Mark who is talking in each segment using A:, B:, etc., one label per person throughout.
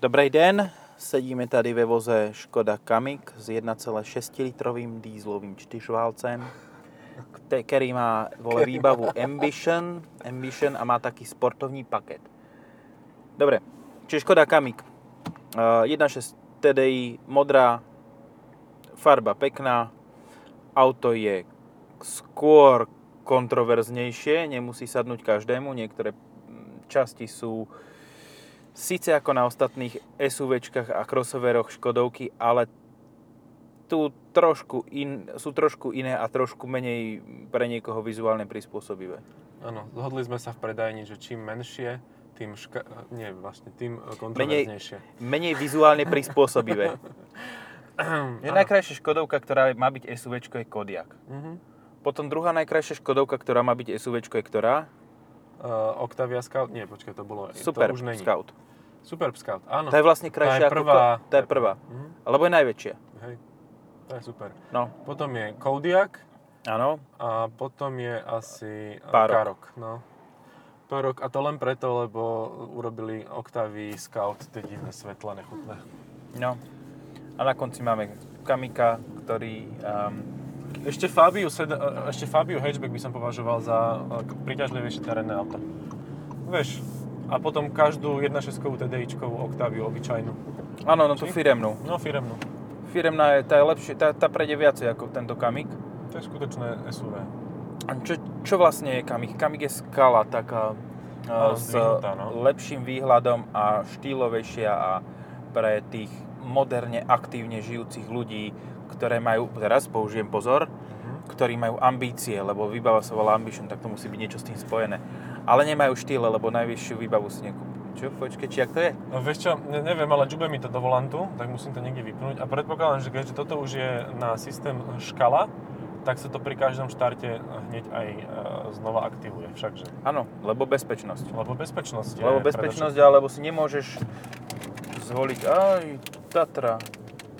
A: Dobrý den, sedíme tady ve voze Škoda Kamik s 1,6 litrovým dýzlovým čtyřválcem, kte- který má vole výbavu Ambition, Ambition a má taky sportovní paket. Dobre, čiže Škoda Kamik. Eh, 1.6 TDI, modrá, farba pekná, auto je skôr kontroverznejšie, nemusí sadnúť každému, niektoré mm, časti sú síce ako na ostatných SUVčkách a crossoveroch Škodovky, ale tu trošku in, sú trošku iné a trošku menej pre niekoho vizuálne prispôsobivé.
B: Áno, zhodli sme sa v predajni, že čím menšie, tým ška... Nie, vlastne, tým e,
A: Menej,
B: kontroverznejšie.
A: menej vizuálne prispôsobivé. Je
B: Áno.
A: najkrajšia Škodovka, ktorá má byť SUVčko, je Kodiak.
B: Mhm.
A: Potom druhá najkrajšia Škodovka, ktorá má byť SUVčko, je ktorá?
B: E, Octavia Scout, nie, počkaj, to bolo,
A: Super
B: to už není.
A: Scout.
B: Superb Scout, áno.
A: Tá je vlastne krajšia
B: Tá je prvá.
A: ako... Ko- tá je prvá.
B: Mhm.
A: Lebo je najväčšia.
B: Hej, to je super.
A: No,
B: Potom je Kodiak
A: áno.
B: a potom je asi e,
A: Parok.
B: Karok. No. Parok, a to len preto, lebo urobili Octavii Scout tie divné svetla nechutné.
A: No. A na konci máme Kamika, ktorý... Um,
B: Ešte Fabiu, sed, e, ešte Fabiu hatchback by som považoval za e, príťažlivejšie terénne auto. Vieš, a potom každú 1.6 TDIčkovú Octaviu obyčajnú.
A: áno, no tú firemnú.
B: No firemnú.
A: Firemná je, tá je lepšie, tá, tá prejde viacej ako tento Kamik.
B: To je skutočné SUV.
A: A Čo, čo vlastne je Kamik? Kamik je skala taká e,
B: Áno,
A: s
B: zdvihnutá, no.
A: lepším výhľadom a štýlovejšia a pre tých moderne aktívne žijúcich ľudí, ktoré majú, teraz použijem pozor,
B: Mhm.
A: ktorí majú ambície, lebo výbava sa volá Ambition, tak to musí byť niečo s tým spojené. Ale nemajú štýle, lebo najvyššiu výbavu si nekúpili. Čo? Počkej, či jak to je?
B: No vieš čo, ne, neviem, ale džube mi to do volantu, tak musím to niekde vypnúť. A predpokladám, že keďže toto už je na systém škala, tak sa to pri každom štarte hneď aj e, znova aktivuje všakže.
A: Áno, lebo bezpečnosť.
B: Lebo bezpečnosť je
A: Lebo
B: predovšetkým.
A: bezpečnosť, alebo si nemôžeš zvoliť, aj, Tatra,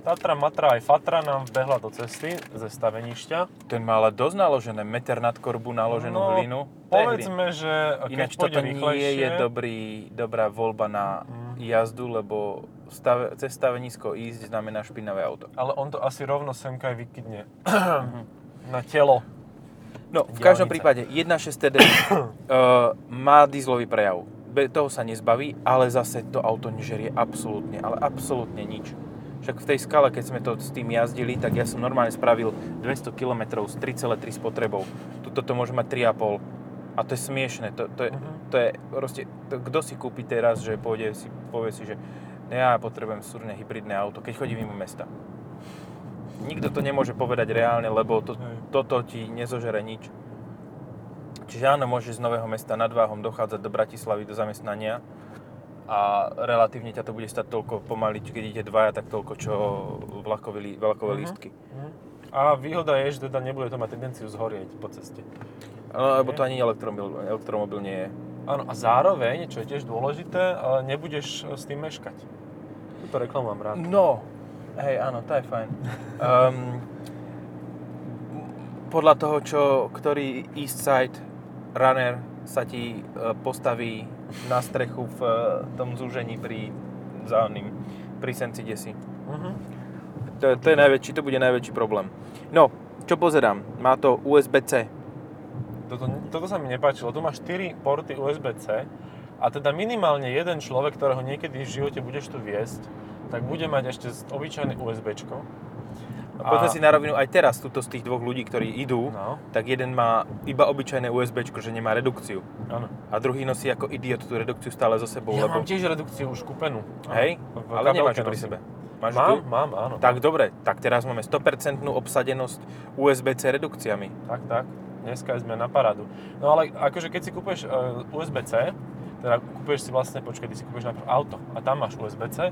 B: Tatra, Matra aj Fatra nám vbehla do cesty ze stavenišťa.
A: Ten má ale dosť naložené, meter nad korbu naloženú
B: No,
A: hlinu.
B: Povedzme, že
A: Tehdy.
B: keď
A: Ináč
B: pôjde
A: toto
B: rýchlejšie,
A: nie je dobrý, dobrá voľba na
B: Mm.
A: jazdu, lebo stave, cez stavenisko ísť znamená špinavé auto.
B: ale on to asi rovno semka aj vykydne
A: Mhm.
B: na telo.
A: No, v každom prípade
B: Diaľnica.
A: 1.6 TD uh, má dieselový prejav. Be, toho sa nezbaví, ale zase to auto nežerie absolútne, ale absolútne nič. Však v tej skale, keď sme to s tým jazdili, tak ja som normálne spravil 200 km s 3,3 spotrebou. Tuto to môže mať 3,5. A to je smiešne. To, to, je,
B: Mhm.
A: to je proste, to, kto si kúpi teraz, že pôjde si, povie si, že ja potrebujem súrne hybridné auto, keď chodí mimo mesta. Nikto to nemôže povedať reálne, lebo to,
B: Hej.
A: toto ti nezožere nič. Čiže áno, môžeš z Nového mesta nad Váhom dochádzať do Bratislavy do zamestnania a relatívne ťa to bude stať toľko pomaly, keď ide dvaja, tak toľko, čo vlakové, lí- vlakové
B: Mhm.
A: lístky.
B: A výhoda je, že teda nebude to mať tendenciu zhorieť po ceste.
A: Lebo to ani elektromobil, elektromobil nie je.
B: Áno, a zároveň, čo je tiež dôležité, ale nebudeš s tým meškať. Túto reklamu mám rád.
A: No, hej, áno, tá je fajn. Um, podľa toho, čo, ktorý Eastside runner sa ti e, postaví na strechu v e, tom zúžení pri za oným, pri Sencidesi.
B: Mhm.
A: To, to je najväčší, to bude najväčší problém. No, čo pozerám? Má to USB-C.
B: Toto, toto sa mi nepáčilo. Tu má 4 porty USB-C a teda minimálne jeden človek, ktorého niekedy v živote budeš tu viesť, tak bude mať ešte z- obyčajné USBčko.
A: A poďme
B: A-
A: si na rovinu, aj teraz tuto z tých dvoch ľudí, ktorí idú,
B: No,
A: tak jeden má iba obyčajné USBčko, že nemá redukciu.
B: áno.
A: A druhý nosí ako idiot tú redukciu stále so sebou,
B: Ja
A: lebo...
B: mám tiež redukciu už kúpenú.
A: Hej,
B: Áno, v
A: ale nemáš
B: kabelke no.
A: ju pri
B: nosím.
A: sebe. no. Máš ju
B: mám,
A: tu?
B: mám, áno.
A: Tak dobre, tak teraz máme 100% obsadenosť USB-C redukciami.
B: tak, tak. Dneska sme na parádu. No ale akože keď si kúpeš uh, USB-C, teda kúpeš si vlastne, počkaj, ty si kúpeš najprv auto a tam máš USB-C,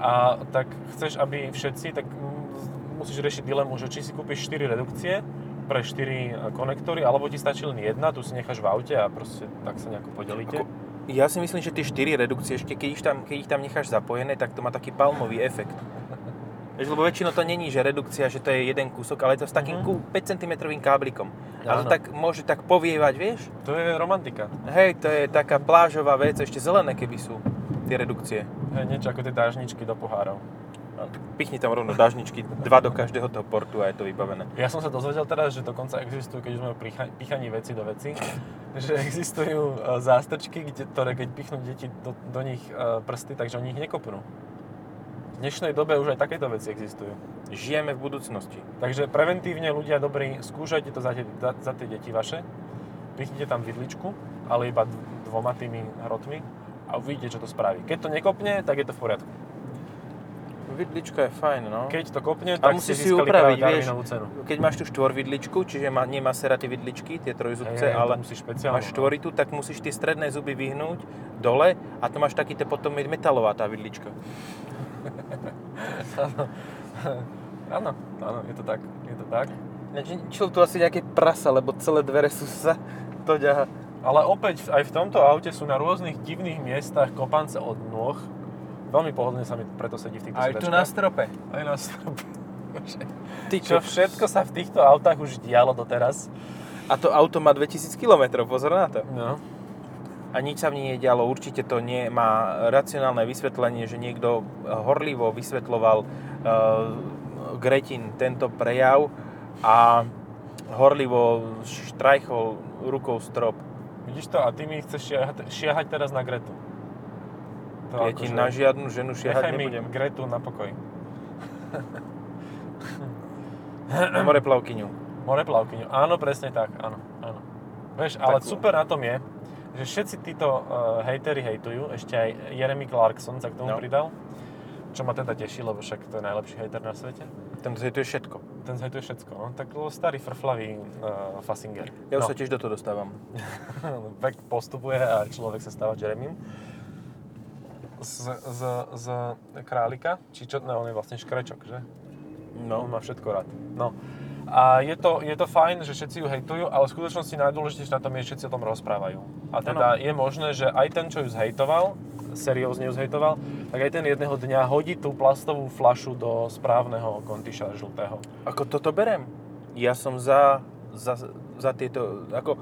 B: a tak chceš, aby všetci, tak mm, musíš riešiť dilemu, že či si kúpiš 4 redukcie pre 4 konektory, alebo ti stačí len jedna, tu si necháš v aute a proste tak sa nejako podelíte.
A: Ako- Ja si myslím, že tie 4 redukcie, ešte keď ich tam, keď ich tam necháš zapojené, tak to má taký palmový efekt. Vieš, lebo väčšinou to není, že redukcia, že to je jeden kúsok, ale je to s takým
B: Mhm.
A: ku- 5 cm kávlikom. A to
B: Áno.
A: tak môže tak povievať, vieš?
B: To je romantika.
A: Hej, to je taká plážová vec, ešte zelené keby sú. tie redukcie.
B: Hej, niečo ako tie dážničky do pohárov.
A: No, tak pichni tam rovno dážničky, dva do každého toho portu a je to vybavené.
B: Ja som sa dozvedel teraz, že dokonca existujú, keď už sme o pricha- pichaní veci do veci, že existujú e, zástrčky, kde, ktoré keď pichnú deti do, do nich e, prsty, takže oni ich nekopnú. V dnešnej dobe už aj takéto veci existujú.
A: Žijeme v budúcnosti.
B: Takže preventívne ľudia dobrí, skúšajte to za tie, za, za tie deti vaše, pichnite tam vidličku, ale iba d- dvoma tými hrotmi a uvidíte, čo to spraví. Keď to nekopne, tak je to v poriadku.
A: Vidlička je fajn, no. Keď,
B: Keď to kopne,
A: a
B: tak
A: musíš si ju
B: ste získali
A: upraviť,
B: práve
A: vieš.
B: Darwinovú cenu.
A: Keď máš tu štvorvidličku, čiže má, nie Maserati vidličky, tie trojzubce,
B: Hej, hej, to
A: ale
B: musíš špeciálne.
A: máš štvoritu, tak musíš tie stredné zuby vyhnúť dole a to máš taký, to potom je metalová tá vidlička.
B: Áno. Áno, áno, je to tak, je to tak.
A: Čil tu asi nejaké prasa, lebo celé dvere sú sa to ďaha.
B: Ale opäť aj v tomto aute sú na rôznych divných miestach kopance od nôh. Veľmi pohodlne sa mi preto sedí v týchto
A: Aj tu na strope.
B: Aj na strope. Bože.
A: Ty
B: Čo všetko sa v týchto autách už dialo doteraz.
A: A to auto má 2000 km, pozor na to.
B: No.
A: A nič sa v nej nedialo, určite to nie má racionálne vysvetlenie, že niekto horlivo vysvetloval uh, Gretin tento prejav a horlivo štrajchol rukou strop.
B: Vidíš to? A ty mi chceš šiahať, šiahať teraz na Gretu. To akože
A: Ja ti na žiadnu ženu
B: Nechaj
A: šiahať
B: mi
A: nebudem.
B: Gretu na pokoji.
A: Na more plavkyňu.
B: Moreplavkyňu. Áno, presne tak, áno, áno. Vieš, ale
A: Takú.
B: super na tom je, že všetci títo uh, hejteri hejtujú, ešte aj Jeremy Clarkson sa k tomu
A: No.
B: pridal, čo ma teda teší, lebo však to je najlepší hejter na svete.
A: Tam to je to je všetko.
B: Ten hejtuje všetko, no. Tak lebo starý frflavý uh, Fassinger.
A: Ja už
B: no.
A: sa tiež do toho dostávam.
B: vek postupuje a človek sa stáva Jeremym. Z, z, z králika, či čo, no on je vlastne škrečok, že? No, on má všetko rád. No. A je to, je to fajn, že všetci ju hejtujú, ale v skutočnosti najdôležitejšie na tom je, že všetci o tom rozprávajú. A teda
A: Áno.
B: je možné, že aj ten, čo ju zhejtoval, seriózne ju zhejtoval, tak aj ten jedného dňa hodí tú plastovú flašu do správneho kontiša žltého.
A: Ako toto berem? Ja som za, za, za tieto, ako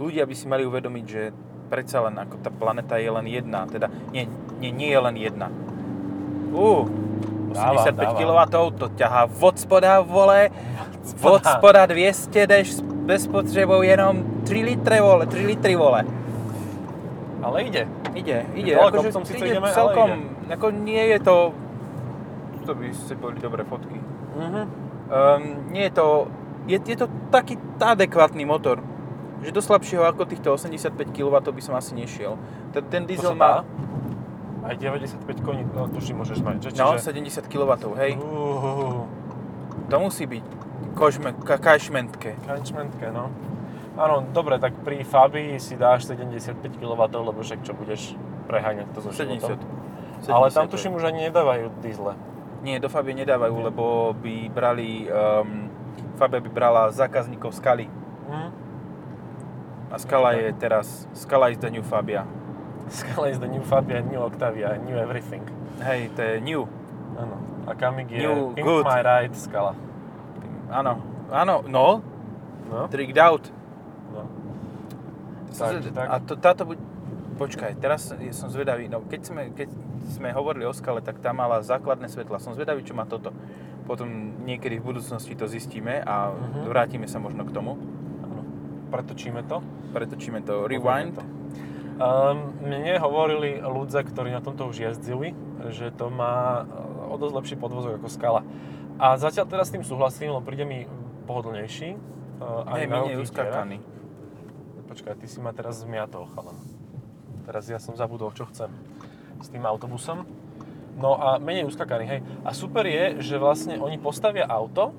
A: ľudia by si mali uvedomiť, že predsa len ako tá planeta je len jedna, teda nie, nie, nie je len jedna. Ú,
B: Dávam,
A: 85
B: dávam.
A: kW to ťahá od spoda, vole, od
B: spoda.
A: spoda 200 jdeš s bezpotřebou jenom 3 litre, vole, 3 litry, vole.
B: Ale ide.
A: Ide, ide,
B: Dole
A: akože
B: kopcom síce
A: ide
B: ideme, ale
A: celkom, ako nie je to, to by ste boli dobré fotky.
B: Mhm.
A: Um, nie je to, je, je to taký adekvátny motor, že do slabšieho ako týchto 85 kW by som asi nešiel. Ten, ten diesel má
B: Aj 95 koní, no, tuším, môžeš mať. Že,
A: no, 70 kW, hej.
B: Mhm. Uhuhu.
A: To musí byť kožme, ka, kašmentke.
B: Kančmentke, no. Áno, dobre, tak pri Fabii si dáš 75 kW, lebo však čo budeš preháňať to so životom.
A: 70. 70.
B: Ale tam tuším už ani nedávajú diesle.
A: Nie, do Fabie nedávajú, lebo by brali... Um, Fabia by brala zákazníkov Skaly.
B: Mm.
A: A Skala
B: Mhm.
A: je teraz... Skala is the new Fabia.
B: Skala is the new Fabia, new Octavia, new everything.
A: Hej, to je new.
B: Áno. A Kamik je
A: New,
B: Pimp
A: good.
B: My Ride Skala.
A: Áno. Áno, no.
B: No,
A: Tricked out.
B: no.
A: Takže
B: Takže tak.
A: A to, táto buď... Počkaj, teraz ja som zvedavý, no keď sme, keď sme hovorili o skale, tak tá mala základné svetla. Som zvedavý, čo má toto. Potom niekedy v budúcnosti to zistíme a
B: Mhm.
A: vrátime sa možno k tomu.
B: Áno. Pretočíme to.
A: Pretočíme to rewind.
B: Povieme to. Um, mne hovorili ľudia, ktorí na tomto už jazdili, že to má eh, o dosť lepší podvozok ako skala. A zatiaľ teraz s tým súhlasím, lebo príde mi pohodlnejší. Uh,
A: Hej, menej uskakaný.
B: Počkaj, ty si ma teraz zmiatol, chalan. Teraz ja som zabudol, čo chcem s tým autobusom. No a menej uskakaný, hej. A super je, že vlastne oni postavia auto,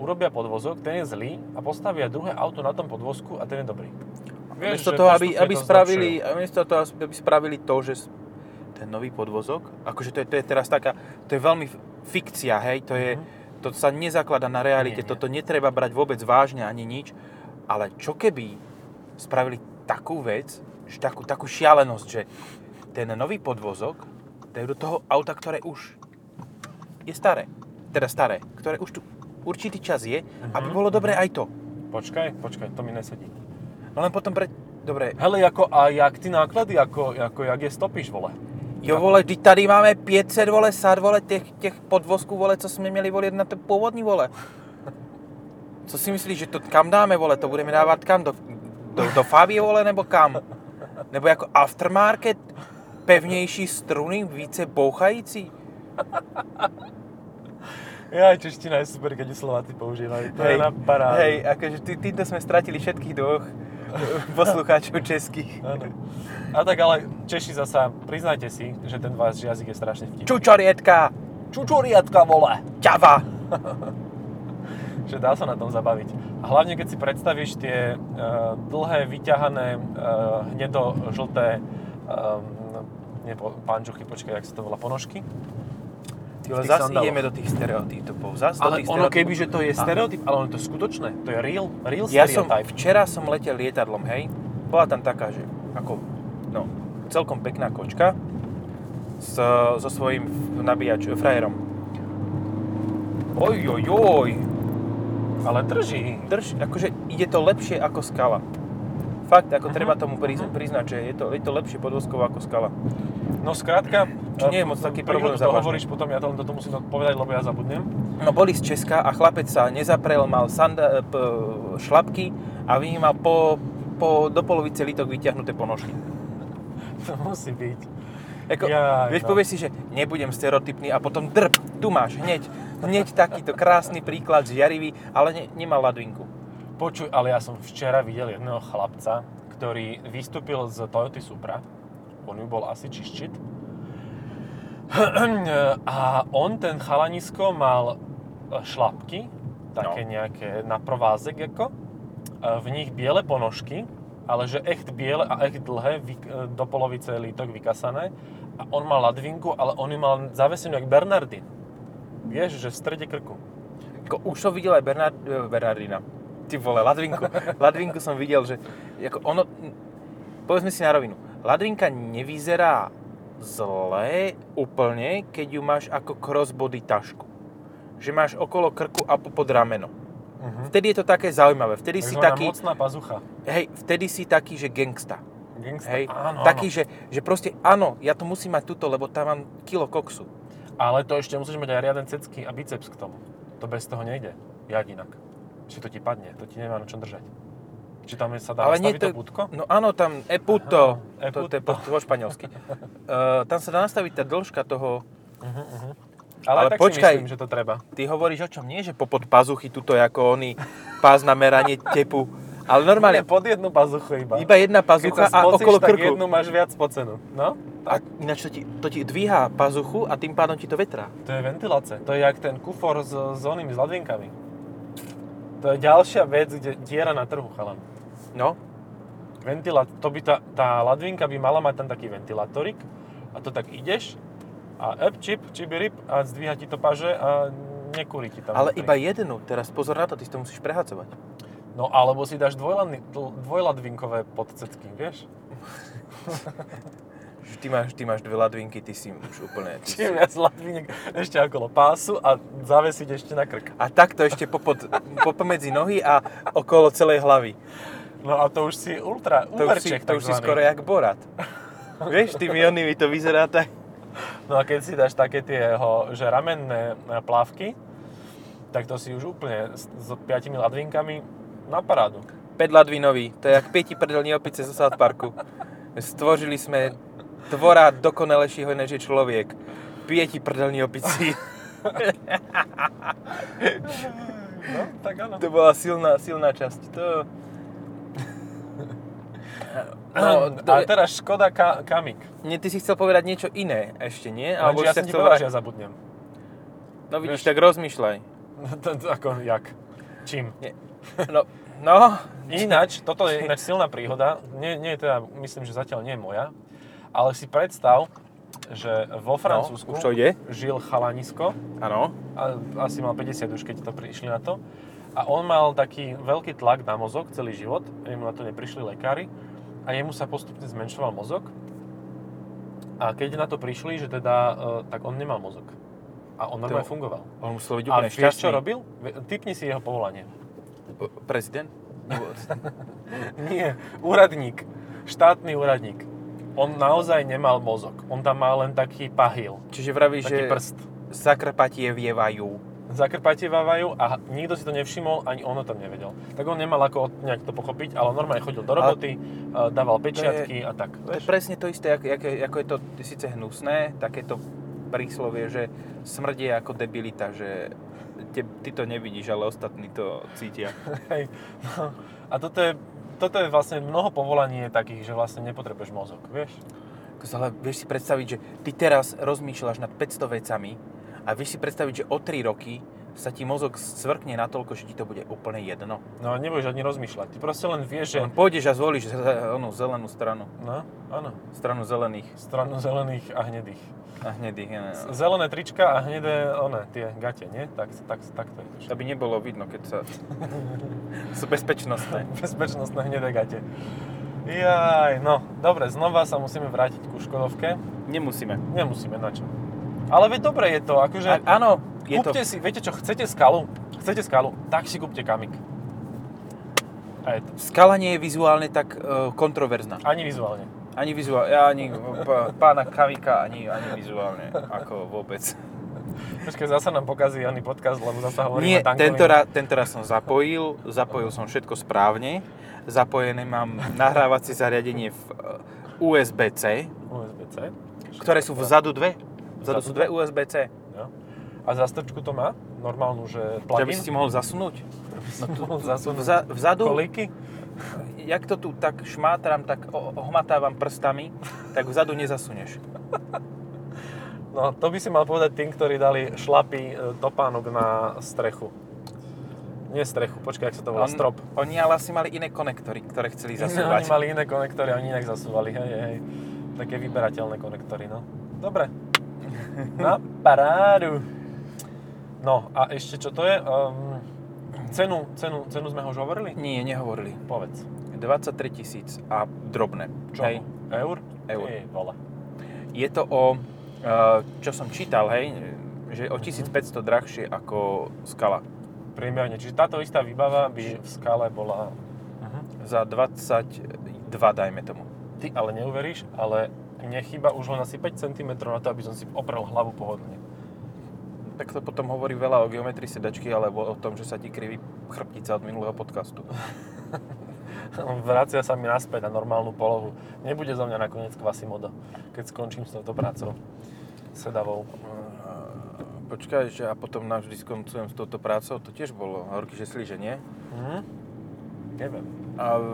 B: urobia podvozok, ten je zlý a postavia druhé auto na tom podvozku a ten je dobrý.
A: Miesto
B: že
A: toho, aby,
B: postupne
A: aby,
B: to
A: spravili, miesto toho, aby spravili to, že s- ten nový podvozok, akože to je, to je teraz taká, to je veľmi f- fikcia, hej, to je, to sa nezaklada na realite,
B: Mhm. Nie, nie.
A: toto netreba brať vôbec vážne ani nič, ale čo keby spravili takú vec, že takú, takú šialenosť, že ten nový podvozok dajú do toho auta, ktoré už je staré, teda staré, ktoré už tu určitý čas je, aby
B: Mhm,
A: bolo dobré aj to.
B: Počkaj, počkaj, to mi nesedí.
A: No len potom pre... Dobre,
B: Hele, ako, a jak ty náklady, ako, ako jak je stopíš, vole?
A: Jo vole, teď tady máme 500 vole, sad vole, těch, těch podvozků vole, co jsme měli vole, na to původní vole. Co si myslíš, že to kam dáme vole, to budeme dávat kam, do, do, do Fabie vole, nebo kam? Nebo jako aftermarket, pevnější struny, více bouchající?
B: Ja, čeština je super, keď ju Slováci používajú. To je na parádu.
A: hej, akože tý, týmto sme stratili všetkých dvoch poslucháčov českých.
B: Áno. A tak ale Češi zasa, priznajte si, že ten váš jazyk je strašne vtipný.
A: Čučorietka,
B: Čučuriatka, vole!
A: ťava.
B: Že dá sa na tom zabaviť. A hlavne, keď si predstavíš tie e, dlhé, vyťahané, e, hnedo-žlté, e, nie po, panžuchy, počkaj, jak sa to volá, ponožky.
A: Ale
B: tých
A: zase
B: sandáloch.
A: ideme do tých stereotypov. Zas do
B: Ale
A: tých
B: ono
A: stereotypov.
B: keby, že to je
A: Áno.
B: stereotyp, ale ono je to skutočné. To je real, real
A: Ja som,
B: stereotype.
A: včera som letel lietadlom, hej. Bola tam taká, že ako, no, celkom pekná kočka s, so svojím nabíjač, frajerom. Oj, oj, oj,
B: Ale drží.
A: drž, akože ide to lepšie ako skala. Fakt, ako
B: Mhm,
A: treba tomu prizna-
B: mhm.
A: priznať, že je to, je to lepšie podvozkovo ako skala.
B: No skrátka,
A: Čo nie je moc taký problém
B: to
A: závažný.
B: hovoríš potom, ja to, to musím povedať, lebo ja zabudnem.
A: No boli z Česka a chlapec sa nezaprel, mal sanda, p, šlapky a vynímal po, po, do polovice lítok vyťahnuté ponožky.
B: To musí byť.
A: Ako,
B: Jaj,
A: vieš,
B: no.
A: povieš si, že nebudem stereotypný a potom drp, tu máš hneď, hneď takýto krásny príklad, žiarivý, ale ne, nemal ladvinku.
B: Počuj, ale ja som včera videl jedného chlapca, ktorý vystúpil z Toyoty Supra. On ju bol asi čiščiť. A on, ten chalanisko, mal e, šlapky, také
A: No.
B: nejaké na provázek ako. E, V nich biele ponožky, ale že echt biele a echt dlhé, vy- e, do polovice lítok vykasané. A on mal ladvinku, ale on ju mal zavesenú jak Bernardin. Vieš, že v strede krku.
A: Ako, už som videl aj Bernard, eh, Bernardina. Ty vole, ladvinku. ladvinku som videl, že ako ono, povedzme si na rovinu, ladvinka nevyzerá zle úplne, keď ju máš ako crossbody tašku. Že máš okolo krku a po- pod rameno.
B: Uh-huh.
A: Vtedy je to také zaujímavé. Vtedy si taký,
B: mocná pazucha.
A: hej, vtedy si taký, že gangsta.
B: Gangsta,
A: Hej,
B: áno,
A: taký,
B: áno.
A: Že, že proste áno, ja to musím mať tuto, lebo tam mám kilo koksu.
B: Ale to ešte musíš mať aj riaden cecky a biceps k tomu. To bez toho nejde. Jak inak? Či to ti padne, to ti nemá na čom držať. Či tam je- sa dá
A: Ale nie
B: Ale nastaviť
A: to-
B: to pútko?
A: No áno, tam eputo,
B: Aha,
A: to, to je po,
B: eputo.
A: po španielsky. Uh, tam sa dá nastaviť tá dĺžka toho,
B: Ale,
A: ale
B: tak
A: počkaj.
B: si myslím, že to treba.
A: ty hovoríš o čom, nie že popod pazuchy tuto, je ako oný pás na meranie tepu, ale normálne,
B: Nie, pod jednu pazuchu iba.
A: iba jedna
B: Keď
A: pazucha
B: sa
A: a
B: spocíš,
A: okolo
B: tak
A: krku.
B: jednu máš viac spocenú. No?
A: A ináč to ti, to ti dvíha pazuchu a tým pádom ti to vetrá.
B: To je ventilácia. To je jak ten kufor s, s onými, s ladvinkami. To je ďalšia vec, kde diera na trhu, chalan.
A: No,
B: ventilát, to by tá, tá ladvinka by mala mať tam taký ventilátorik a to tak ideš a ep, čip, čibirip a zdvíha ti to paže a nekúri ti tam.
A: ale
B: vnútri.
A: iba jednu, teraz pozor na to, ty si to musíš prehacovať.
B: No alebo si dáš dvojladni- dl- dvojladvinkové podcecky, vieš?
A: Že Ty máš, ty máš dve ladvinky, ty si už úplne... ty si-
B: Čím viac ladviniek ešte okolo pásu a zavesiť ešte na krk.
A: A takto ešte popod, popomedzi nohy a okolo celej hlavy.
B: No a to už si ultra,
A: To už si,
B: uberček
A: to už si
B: takzvaný.
A: skoro jak Borat. Vieš, tými onými to vyzerá tak.
B: No a keď si dáš také tie ho, že ramenné e, plávky, tak to si už úplne s, s piatimi ladvinkami na parádu.
A: Pedladvinový, to je jak pieti prdelní opice zo South Parku. Stvořili sme tvora dokonalejšieho než je človek. Pieti prdelní opici.
B: No, tak áno.
A: To bola silná, silná časť. To...
B: No,
A: No, to,
B: a teraz Škoda ka- Kamik.
A: nie, ty si chcel povedať niečo iné ešte, nie?
B: Lenže
A: Alebo
B: ja
A: si
B: som ti
A: chcel
B: povedal, že
A: vrať-
B: ja zabudnem.
A: No vidíš,
B: vieš-
A: tak rozmýšľaj.
B: To, to, ako, jak? Čím?
A: Nie. No, no,
B: Ináč, toto je ináč silná príhoda. Nie, nie je teda, myslím, že zatiaľ nie je moja. Ale si predstav, že vo Francúzsku
A: No, už to ide.
B: žil chalanisko,
A: Áno.
B: a asi mal 50 už, keď to prišli na to. A on mal taký veľký tlak na mozog celý život, jemu na to neprišli lekári a jemu sa postupne zmenšoval mozog. A keď na to prišli, že teda, e, tak on nemal mozog. A on normálne fungoval.
A: On musel byť
B: A
A: úplne
B: vieš,
A: šťastný.
B: čo robil? Ve- Typni si jeho povolanie.
A: Prezident?
B: Nie, úradník. Štátny úradník. on naozaj nemal mozog. On tam mal len taký pahil,
A: Čiže vravíš, že
B: taký prst.
A: Zakrpatie vievajú.
B: Zakrpatie vávajú a nikto si to nevšimol, ani ono tam nevedel. Tak on nemal ako od- nejak to pochopiť, ale on normálne chodil do roboty, a... dával pečiatky a tak.
A: To je
B: vieš.
A: presne to isté, ako, ako, ako je to síce hnusné, takéto príslovie, že smrť je ako debilita, že te, ty to nevidíš, ale ostatní to cítia.
B: Hej. No. A toto je, toto je vlastne mnoho povolaní je takých, že vlastne nepotrebuješ mozog, vieš?
A: Kokos, Ale vieš si predstaviť, že ty teraz rozmýšľaš nad 500 vecami a vieš si predstaviť, že o 3 roky sa ti mozog svrkne natoľko, že ti to bude úplne jedno.
B: No a nebudeš ani rozmýšľať. Ty proste len vieš, že...
A: Že pôjdeš a zvolíš ze- onú zelenú stranu.
B: No, áno.
A: Stranu zelených
B: Stranu zelených a hnedých.
A: a hnedých. ja neviem.
B: Zelené trička a hnedé, one, tie gate, nie? Tak, tak, tak to je. to
A: To by nebolo vidno, keď sa... Sú bezpečnostné.
B: Bezpečnostné hnedé gate. Jaj, no, dobre, znova sa musíme vrátiť ku Škodovke.
A: Nemusíme.
B: Nemusíme, na čo. Ale veď dobre je to, akože...
A: A, áno, je to...
B: kúpte si, viete čo, chcete skalu? Chcete skalu? Tak si kúpte kamik. A je to.
A: Skala nie je vizuálne tak e, kontroverzná.
B: Ani vizuálne.
A: Ani vizuálne, ja ani p- pána Kavika, ani, ani vizuálne, ako vôbec.
B: Počkaj, zasa nám pokazí ani podcast, lebo zasa hovoríme
A: Nie,
B: tankovým.
A: tento raz, tento raz som zapojil, zapojil som všetko správne. Zapojené mám nahrávacie zariadenie v e, USB-C,
B: USB-C.
A: ktoré sú vzadu dve. Vzadu sú
B: Vzadu
A: dve USB-C.
B: Jo. No. A zastrčku to má? Normálnu, že
A: Že by
B: plugin?
A: si si mohol zasunúť.
B: no, tu, zasunúť
A: Vza, vzadu,
B: koliky?
A: jak to tu tak šmátram, tak o- ohmatávam prstami, tak vzadu nezasuneš.
B: No, to by si mal povedať tým, ktorí dali šlapy e, topánok na strechu. Nie strechu, počkaj, ak sa to volá,
A: On-
B: strop. No,
A: Oni ale asi mali iné konektory, ktoré chceli
B: Oni
A: zasúvať.
B: mali iné konektory, oni inak zasúvali, hej, hej. Také vyberateľné konektory, no. Dobre. Na parádu. No, a ešte čo to je? Um, cenu, cenu, cenu sme už hovorili?
A: Nie, nehovorili.
B: Povedz.
A: 23 tisíc a drobné.
B: Čo?
A: Hej.
B: Eur?
A: Eur.
B: Ty vole.
A: Je to o, eh, čo som čítal, hej, že
B: Mhm.
A: o 1500 drahšie ako skala.
B: Priemerne. Čiže táto istá výbava by v skale bola... uh
A: Za 22, dajme tomu.
B: Ty ale neuveríš, ale nechýba už len asi 5 cm na to, aby som si oprel hlavu pohodlne.
A: Tak to potom hovorí veľa o geometrii sedačky, alebo o tom, že sa ti kriví chrbtica od minulého podcastu.
B: Vracia sa mi naspäť na normálnu polohu. Nebude zo mňa nakoniec kvasimodo, keď skončím s touto prácou. Sedavou.
A: Eh, Počkaj, že a potom navždy skoncujem s touto prácou, to tiež bolo horky, že slíže, nie?
B: Mhm. Neviem.
A: A v,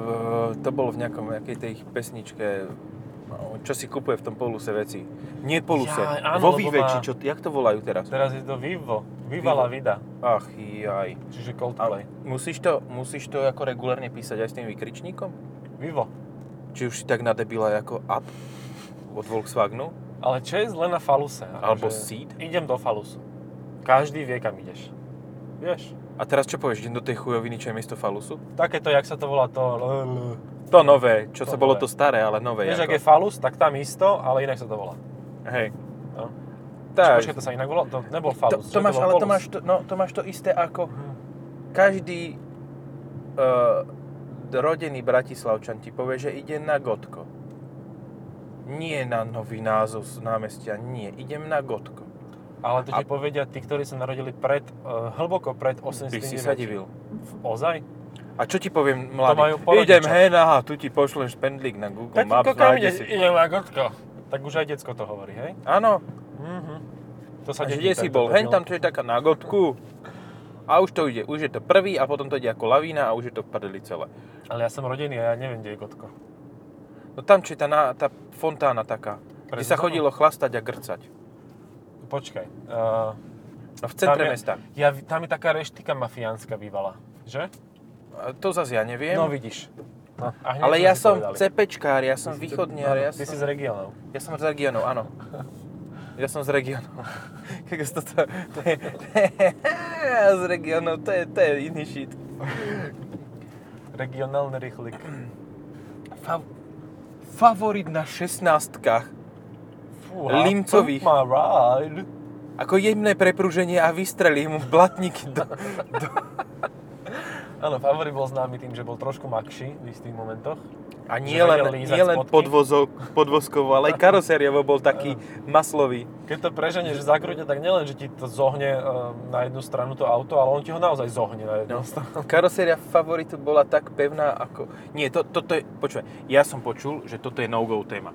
A: to bolo v nejakom, nejakej tej ich pesničke, čo si kupuje v tom poluse veci. Nie poluse,
B: Jaj, áno,
A: vo
B: lebo
A: výve,
B: má-
A: či čo, jak to volajú teraz?
B: Teraz je to Vivo. Viva la vida.
A: Ach, jaj.
B: Čiže
A: A
B: Coldplay.
A: musíš to, musíš to ako regulárne písať aj s tým vykričníkom?
B: Vivo.
A: Či už si tak nadebila ako up od Volkswagenu?
B: Ale čo je zle na faluse? Akože
A: Alebo Seed?
B: Idem do falusu. Každý vie, kam ideš. Vieš?
A: A teraz čo povieš, idem do tej chujoviny, čo je miesto falusu?
B: Takéto, jak sa to volá, to...
A: To nové, čo
B: To
A: sa bolo
B: nové.
A: to staré, ale nové.
B: Vieš,
A: ako.
B: ak je falus, tak tam isto, ale inak sa to volá.
A: Hej.
B: No.
A: Tak.
B: Počkaj, to sa inak volá? To nebol
A: to,
B: falus.
A: to
B: že
A: máš,
B: bol
A: ale to
B: polus.
A: máš, to, no, to máš to isté ako
B: Mhm.
A: každý uh, rodený bratislavčan ti povie, že ide na Gotko. Nie na nový názov z námestia, nie, idem na Gotko.
B: Ale to
A: A-
B: ti povedia tí, ktorí sa narodili pred, uh, hlboko pred 89.
A: By si sa divil.
B: Ozaj?
A: A čo ti poviem, mladý?
B: majú po
A: Idem
B: rodičoch.
A: hen, aha, tu ti pošlem špendlík na Google Maps,
B: Tatínko, kam
A: nájde
B: ideš?
A: si.
B: Idem na gotko. Tak už aj decko to hovorí, hej?
A: Áno,
B: Mhm. To
A: a
B: sa
A: že
B: detí
A: kde si
B: takto
A: bol? Hen
B: debil.
A: tam, čo je taká na Gotku. A už to ide, už je to prvý a potom to ide ako lavína a už je to v prdeli celé.
B: Ale ja som rodený a ja neviem, kde je gotko.
A: No tam, čo je tá, na, tá fontána taká, kde sa
B: Prezident?
A: chodilo chlastať a grcať.
B: Počkaj. Uh,
A: No v centre
B: tam je,
A: mesta.
B: Ja, tam je taká reštika mafiánska bývala, že?
A: A To zase ja neviem.
B: No vidíš. No, a hneď
A: ale
B: sme
A: ja
B: si
A: som
B: povedali.
A: cepečkár, ja som
B: Ty si-
A: východniar,
B: áno,
A: ja
B: Ty si
A: som,
B: z regionov.
A: ja som z regionu, áno. Ja som z regionu. Kokos, toto- to je- z regionu, to je, to je iný shit.
B: Regionálny rýchlik.
A: Fav- favorit na 16
B: Fúha,
A: Limcových.
B: pump my ride.
A: Ako jemné preprúženie a vystrelí mu blatníky do, do,
B: Áno, Favorit bol známy tým, že bol trošku makší v istých momentoch.
A: A nie
B: Že
A: len,
B: vedel lízať
A: nie len
B: spodky?
A: podvozok, podvozkovo, ale aj karosériovo bol taký maslový.
B: Keď to preženeš v zakrute, tak nielen, že ti to zohne e, na jednu stranu to auto, ale on ti ho naozaj zohne na jednu
A: No.
B: stranu.
A: Karoséria favoritu bola tak pevná ako... Nie, to, toto je... Počúvaj, ja som počul, že toto je no-go téma.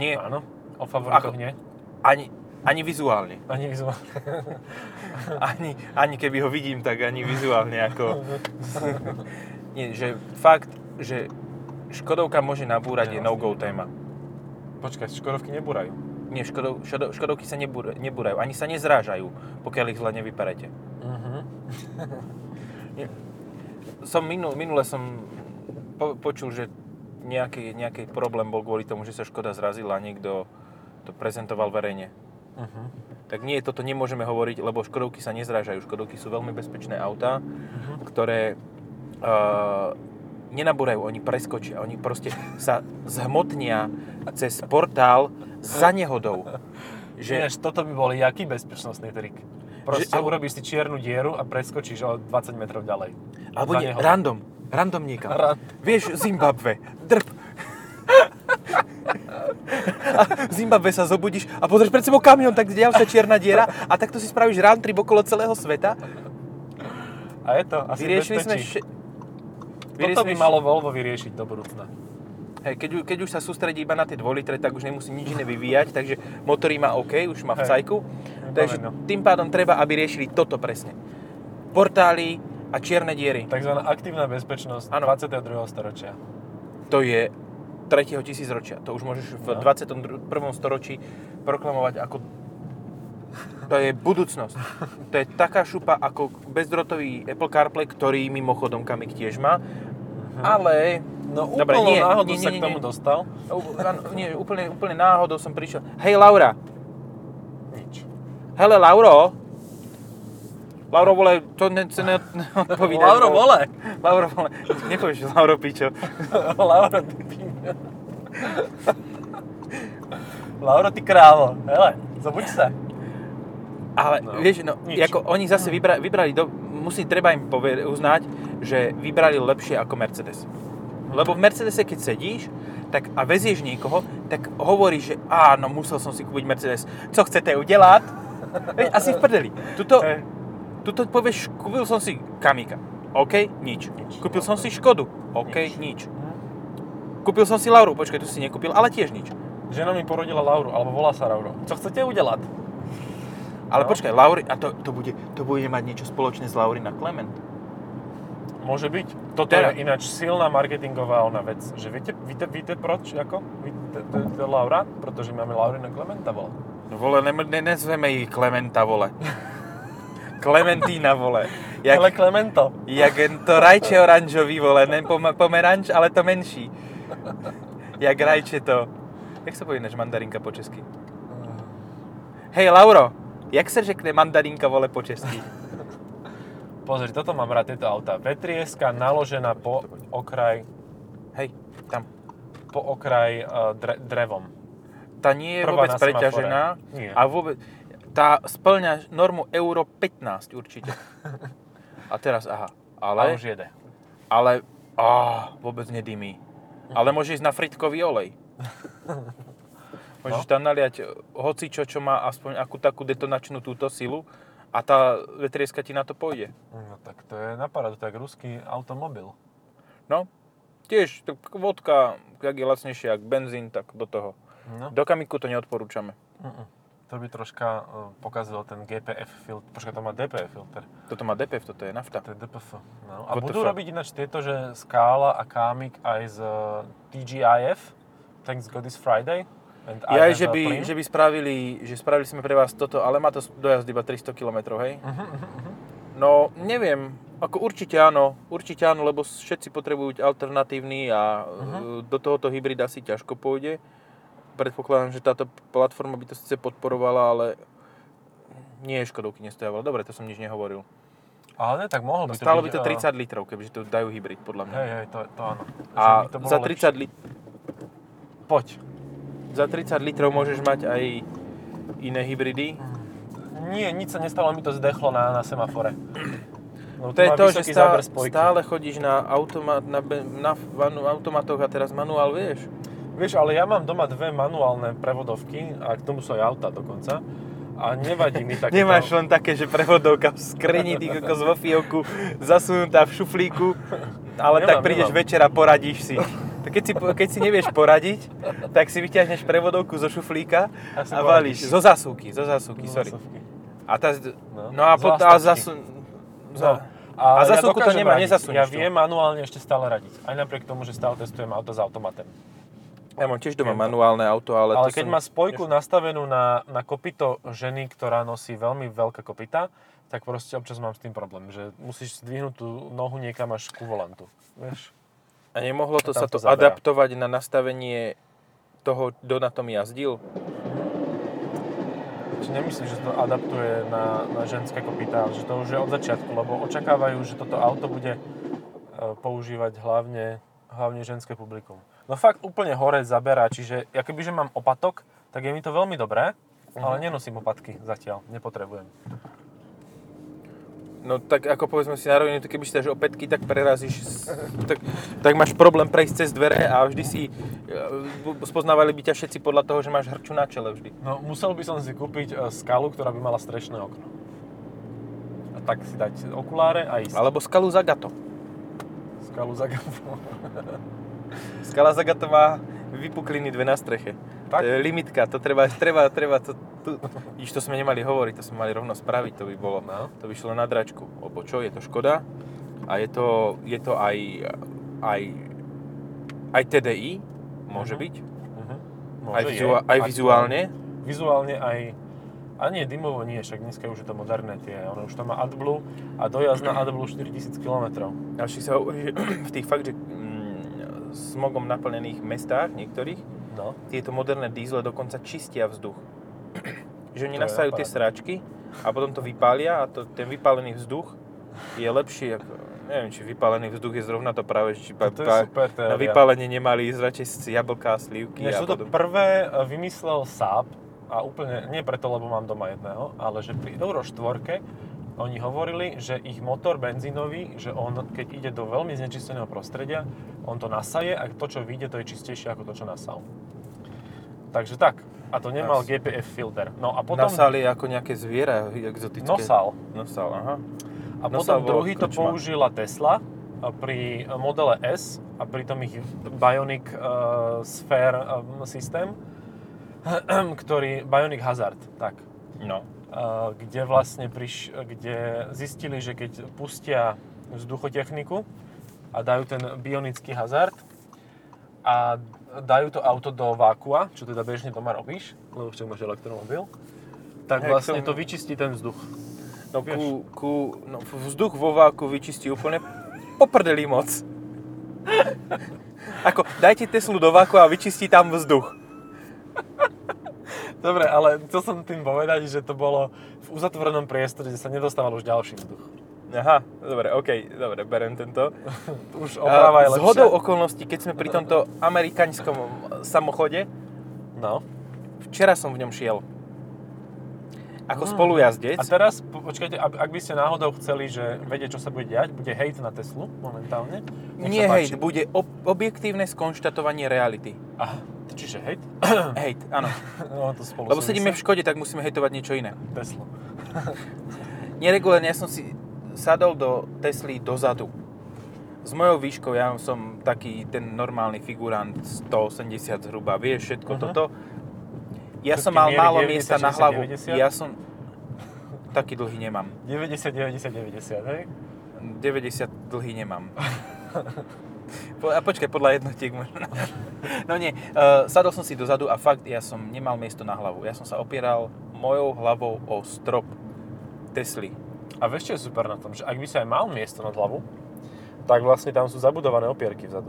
A: Nie,
B: Áno, o favoritoch
A: Ako-
B: nie.
A: ani, ani vizuálne.
B: Ani vizuálne.
A: Ani, ani keby ho vidím, tak ani vizuálne ako... Nie, že fakt, že Škodovka môže nabúrať je
B: Jasne.
A: no-go téma.
B: Počkaj, Škodovky nebúrajú.
A: Nie, škodov, škodo, škodovky sa nebúr, nebúrajú, ani sa nezrážajú, pokiaľ ich zle nevyperete.
B: Mhm.
A: Som minul, minule som po, počul, že nejaký, nejaký problém bol kvôli tomu, že sa Škoda zrazila a niekto to prezentoval verejne.
B: Mhm.
A: Tak nie, toto nemôžeme hovoriť, lebo Škodovky sa nezrážajú. Škodovky sú veľmi bezpečné autá,
B: Mhm.
A: ktoré uh, nenabúrajú, oni preskočia. Oni proste sa zhmotnia cez portál za nehodou.
B: Že... Ináč, toto by bol jaký bezpečnostný trik. Proste
A: Že-
B: že, urobíš si čiernu dieru a preskočíš o 20 metrov ďalej.
A: Alebo
B: Za
A: nie,
B: nehodou.
A: random. Random niekam.
B: Ran-
A: Vieš, Zimbabve. Drp. A v Zimbabve sa zobudíš a pozrieš pred sebou kamion, tak zdiaľ sa čierna diera a takto si spravíš round trip okolo celého sveta.
B: A je to, asi
A: Vyriešili sme...
B: bezpečí.
A: Vše...
B: Toto by
A: vyriešili
B: malo Volvo vyriešiť do budúcna.
A: Hej, keď, u- keď už sa sústredí iba na tie 2 litre, tak už nemusí nič iné vyvíjať, takže motory má OK, už má v
B: Hej. no.
A: cajku. Takže
B: Vybavené.
A: tým pádom treba, aby riešili toto presne. Portály a čierne diery.
B: Takzvaná aktívna bezpečnosť
A: Áno.
B: 22. storočia.
A: To je 3. tisícročia. To už môžeš v
B: No.
A: 21. storočí proklamovať ako... To je budúcnosť. To je taká šupa ako bezdrotový Apple CarPlay, ktorý mimochodom Kamik tiež má.
B: Mhm.
A: Ale...
B: No
A: Dobre,
B: úplnou
A: nie,
B: náhodou
A: nie, nie,
B: sa
A: nie,
B: k tomu
A: nie.
B: dostal.
A: Ú, áno, Nie, úplne, úplne náhodou som prišiel. Hej, Laura,
B: Nič.
A: Hele, Lauro. Lauro, vole, to ne, to ne, neodpovídaj.
B: Lauro, vole.
A: Lauro, vole. Nepovieš, že Lauro, pičo.
B: Lauro, ty píňa. Lauro, ty krávo. Hele, zobuď sa.
A: Ale no,
B: No,
A: vieš, no,
B: nič.
A: ako oni zase vybra, vybrali, do, musí, treba im povie, uznať, že vybrali lepšie ako Mercedes. Lebo v Mercedese, keď sedíš tak, a vezieš niekoho, tak hovoríš, že áno, musel som si kúpiť Mercedes. Co chcete udelať? Vieš, asi v prdeli. Tuto,
B: Hej.
A: Tuto povieš, kúpil som si Kamika. OK, nič.
B: Nič.
A: Kúpil som si Škodu. OK, nič.
B: Nič.
A: Kúpil som si Lauru. Počkaj, tu si nekúpil, ale tiež nič.
B: Žena mi porodila Lauru, alebo volá sa Lauro. Co chcete udelať?
A: Ale
B: No.
A: počkaj, Lauri, a to, to, bude, to bude mať niečo spoločné s Lauri na Clement.
B: Môže byť. Toto
A: Teraz.
B: je ináč silná marketingová ona vec. Že viete, víte, víte proč, ako? Víte, to, to je Laura, pretože máme Laurina Klementa bola.
A: No vole, ne, ne, nezveme jej Clementa, vole. Clementína, vole. Jak,
B: Ale Klemento.
A: jak to rajče oranžový, vole. Ne pom- pomeranč, ale to menší. Jak rajče to. Jak sa povie ináč mandarinka po česky? Hej, Lauro, jak sa řekne mandarinka, vole, po česky?
B: Pozri, toto mám rád, tieto auta. Vetrieska naložená po okraj,
A: Hej, tam.
B: po okraj uh, dre, drevom.
A: Tá nie je
B: Prvá
A: vôbec
B: na semafore.
A: preťažená.
B: Nie.
A: A vôbec, tá splňa normu Euro 15 určite. A teraz, aha.
B: Ale
A: Ale,
B: už jede.
A: ale, á, vôbec nedymí. Ale môže ísť na fritkový olej. Môžeš
B: No.
A: tam naliať hocičo, čo má aspoň akú takú detonačnú túto silu a tá vetrieska ti na to pôjde.
B: No tak to je na paradu, tak ruský automobil.
A: No, tiež tak vodka, ak je lacnejšia, ak benzín, tak do toho.
B: No.
A: Do kamiku to neodporúčame.
B: Mm-mm. To by troška uh, pokazilo ten GPF filter. Počkaj, to má DPF filter.
A: Toto má DPF, toto je nafta.
B: To je DPF. No. A
A: What the
B: budú
A: fuck?
B: robiť ináč tieto, že Skála a Kamik aj z uh, TGIF, Thanks God is Friday. And I
A: Ja,
B: have
A: že
B: a
A: by,
B: plyn.
A: že by spravili, že spravili sme pre vás toto, ale má to dojazd iba 300 km, hej? No, neviem, ako určite áno, určite áno, lebo všetci potrebujú alternatívny a
B: Mhm.
A: e, do tohoto hybrida si ťažko pôjde. Predpokladám, že táto platforma by to síce podporovala, ale nie Škodovky nestojávala. Dobre, to som nič nehovoril.
B: Ale ne, tak mohol by to
A: Stálo by
B: byť,
A: to
B: uh,
A: 30 litrov, kebyže to dajú hybrid, podľa mňa.
B: Hej, hej, to, to áno.
A: A
B: Že by to bolo
A: za
B: lepšie.
A: 30, lit-
B: Poď.
A: za 30 litrov môžeš mať aj iné hybridy.
B: Mhm. Nie, nič sa nestalo, mi to zdechlo na, na semafore. No,
A: To je
B: má
A: to, že
B: vysoký
A: stále,
B: záber spojky.
A: stále chodíš na, automat, na, be- na vanu, automatoch a teraz manuál vieš.
B: Vieš, ale ja mám doma dve manuálne prevodovky a k tomu sú aj auta dokonca. A nevadí mi takéto...
A: Nemáš len také, že prevodovka v skrini, ty kokos vo fioku, zasunutá v šuflíku, ale
B: Nemám,
A: tak prídeš
B: nemám.
A: večera, poradíš si. Tak Keď si, po- keď si nevieš poradiť, tak si vyťahneš prevodovku zo šuflíka
B: A
A: a,
B: si
A: valíš.
B: poradíš.
A: Zo zásuvky, zo zásuvky,
B: No,
A: sorry.
B: zásuvky.
A: A tá,
B: No.
A: no a
B: Z
A: potom, a
B: lastačky.
A: zasun...
B: No.
A: A zásuvku to
B: dokážem
A: nemá,
B: radiť.
A: nezasunieš
B: Ja
A: to.
B: viem manuálne ešte stále radiť. Aj napriek tomu, že stále testujem auto s automatem.
A: Ja mám tiež doma
B: Viem to.
A: manuálne auto, ale,
B: Ale
A: to
B: keď
A: som-
B: má spojku nastavenú na, na kopito ženy, ktorá nosí veľmi veľké kopita, tak proste občas mám s tým problém, že musíš zdvihnúť tú nohu niekam až ku volantu. Vieš?
A: A nemohlo to
B: tam
A: sa to
B: to zaberá.
A: adaptovať na nastavenie toho, kto na tom jazdil?
B: Či nemyslíš, že to adaptuje na, na ženské kopytá, že to už je od začiatku, lebo očakávajú, že toto auto bude e, používať hlavne, hlavne ženské publikum. No fakt úplne hore zaberá, čiže ja kebyže mám opatok, tak je mi to veľmi dobré, ale nenosím opatky zatiaľ, nepotrebujem.
A: No tak ako povedzme si na rovinu, to keby si dáš opätky, tak prerazíš, s- tak, tak máš problém prejsť cez dvere a vždy si, e, bu- spoznávali by ťa všetci podľa toho, že máš hrču na čele vždy.
B: No musel by som si kúpiť e, skalu, ktorá by mala strešné okno. A tak si dať okuláre a ísť.
A: Alebo skalu Zagato.
B: Skalu za gafou.
A: Skala Zagato má vypukliny dve na streche.
B: Tak?
A: To je limitka, to treba, treba, treba, to, tu, Iž to sme nemali hovoriť, to sme mali rovno spraviť, to by bolo.
B: No.
A: To by šlo na dračku. Lebo čo, je to škoda a je to, je to aj, aj, aj TDI, môže
B: Mhm.
A: byť,
B: Mhm. Môže,
A: aj,
B: je.
A: vizua- aj
B: Ak-
A: vizuálne.
B: vizuálne aj... A nie, dymovo nie, však dneska už je to moderné tie, ono už to má AdBlue a dojazd na AdBlue 4000 km.
A: A však sa hovorí, že v tých fakt, že mm, smogom naplnených mestách niektorých,
B: No.
A: tieto moderné dízle dokonca čistia vzduch. že oni
B: To je
A: nastajú tie
B: paráda.
A: sráčky a potom to vypália a to, ten vypálený vzduch je lepší ako, neviem, či vypálený vzduch je zrovna to práve, či pa,
B: To je
A: pa,
B: super
A: na
B: teória.
A: vypálenie nemali ísť radšej z jablka a slivky
B: Než
A: a
B: toto
A: podobne.
B: prvé e, vymyslel Saab a úplne, nie preto, lebo mám doma jedného, ale že pri Euro 4 oni hovorili, že ich motor benzínový, že on keď ide do veľmi znečisteného prostredia, on to nasaje a to, čo vyjde, to je čistejšie ako to, čo nasal. Takže tak. A to nemal
A: Nas-
B: GPF filter. No a potom
A: Nasali ako nejaké zviera exotické.
B: nosal.
A: Nosal, aha.
B: A
A: No sa
B: potom
A: volá
B: druhý to
A: krčma.
B: použila Tesla a pri e, modele S a pritom ich Bionic uh, Sphere um, systém, ktorý Bionic Hazard, tak,
A: No.
B: uh, kde vlastne priš, kde zistili, že keď pustia vzduchotechniku a dajú ten bionický hazard a dajú to auto do vákua, čo teda bežne doma robíš, lebo však máš elektromobil, tak
A: Hej,
B: vlastne
A: k
B: to
A: tomu-
B: vyčistí ten vzduch.
A: No
B: Vieš.
A: ku, ku, no, vzduch vo váku vyčistí úplne poprdeli moc. Ako, dajte Teslu do váku a vyčistí tam vzduch.
B: Dobre, ale chcel som tým povedať, že to bolo v uzatvorenom priestore, kde sa nedostával už ďalší vzduch.
A: Aha, dobre, okej, dobre, berem tento.
B: Už oprava je
A: A
B: lepšia.
A: zhodou okolností, keď sme pri tomto amerikanskom samochode,
B: No.
A: včera som v ňom šiel. Ako
B: Mm.
A: spolujazdec.
B: A teraz, po- počkajte, ab- ak by ste náhodou chceli, že vedieť, čo sa bude diať, bude hejt na Teslu momentálne. Nech
A: Nie
B: sa
A: hejt,
B: páči.
A: bude ob- objektívne skonštatovanie reality.
B: Aha, čiže hejt?
A: hejt, áno.
B: no, to spolu
A: Lebo sedíme v škode, tak musíme hejtovať niečo iné.
B: Teslu.
A: Neregulárne ja som si sadol do Tesly dozadu. S mojou výškou ja som taký ten normálny figurant 180 zhruba, vieš, všetko
B: Mhm.
A: toto. Ja
B: Čo
A: som
B: ti
A: mal
B: mierí
A: málo
B: 90,
A: miesta na
B: 60,
A: hlavu.
B: 90?
A: Ja som... Taký dlhý nemám.
B: 90, 90, 90, hej?
A: 90 dlhý nemám. Po- A počkaj, podľa jednotiek možno. No nie, uh, sadol som si dozadu a fakt, ja som nemal miesto na hlavu. Ja som sa opieral mojou hlavou o strop Tesly.
B: A vieš, čo je super na tom, že ak by sa aj mal miesto nad hlavu, tak vlastne tam sú zabudované opierky vzadu.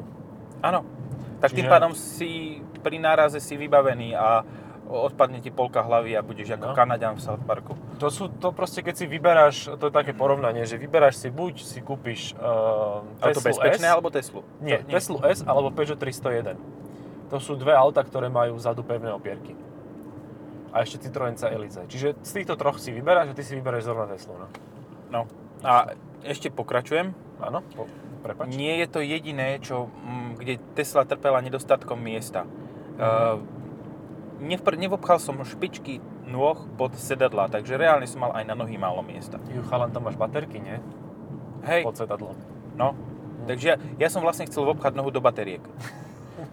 A: Áno. Tak tým
B: Čiže-
A: pádom si pri náraze si vybavený a odpadne ti polka hlavy a budeš ako
B: No.
A: Kanaďan v South Parku.
B: To sú to proste, keď si vyberáš, to je také porovnanie, že vyberáš si buď si kúpiš uh,
A: A to
B: Teslu
A: bezpečné
B: S,
A: alebo Teslu?
B: nie,
A: to,
B: Teslu S alebo Peugeot 301. To sú dve auta, ktoré majú vzadu pevné opierky. A ešte Citroen C Elize. Čiže z týchto troch si vyberáš a ty si vyberáš zrovna Teslu. No.
A: No. A ešte pokračujem.
B: Áno, po, prepač.
A: Nie je to jediné, čo, mm, kde Tesla trpela nedostatkom miesta. E, nevpr- nevobchal som špičky nôh pod sedadla, takže reálne som mal aj na nohy málo miesta.
B: Ju, chalan, tam máš baterky, nie?
A: Hej,
B: Pod sedadlom.
A: no. Takže ja, ja som vlastne chcel obchať nohu do bateriek.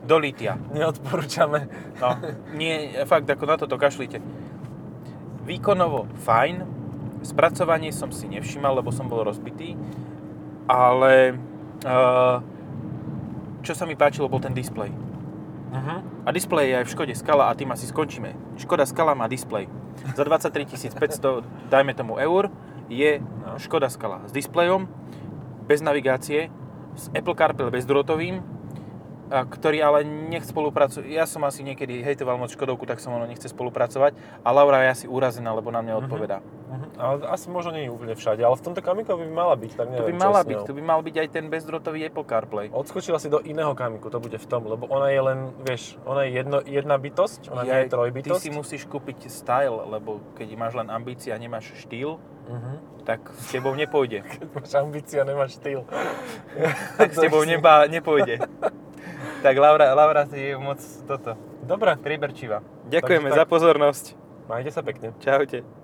A: Do litia.
B: Neodporúčame.
A: No, nie, fakt, ako na toto kašlite. Výkonovo fajn, spracovanie som si nevšimal, lebo som bol rozbitý, ale e, čo sa mi páčilo, bol ten displej.
B: Mhm.
A: A displej je aj v Škode Skala a tým asi skončíme. Škoda Skala má displej. Za 23 500, dajme tomu eur, je
B: No.
A: Škoda Skala s displejom, bez navigácie, s Apple CarPlay bezdrôtovým, a ktorý ale nech spolupracuje. Ja som asi niekedy hejtoval moc Škodovku, tak som ono nechce spolupracovať. A Laura je asi úrazená, lebo na mňa odpovedá.
B: Mhm. Ale asi možno nie je úplne všade, ale v tomto kamikovi by mala byť, tak
A: To
B: neviem, no.
A: by
B: čo
A: mala
B: s
A: byť,
B: ňou.
A: to by mal byť aj ten bezdrôtový Apple CarPlay.
B: Odskočila si do iného kamiku, to bude v tom, lebo ona je len, vieš, ona je jedno, jedna bytosť, ona nie je
A: Jaj, ty
B: trojbytosť.
A: si musíš kúpiť style, lebo keď máš len ambície a nemáš štýl,
B: Mhm.
A: tak s tebou nepôjde.
B: Keď máš ambícia, nemáš štýl.
A: tak s tebou neba, nepôjde. tak Laura, Laura si je moc toto,
B: Dobre,
A: priberčivá.
B: Ďakujeme za
A: pozornosť.
B: majte sa pekne.
A: Čaute.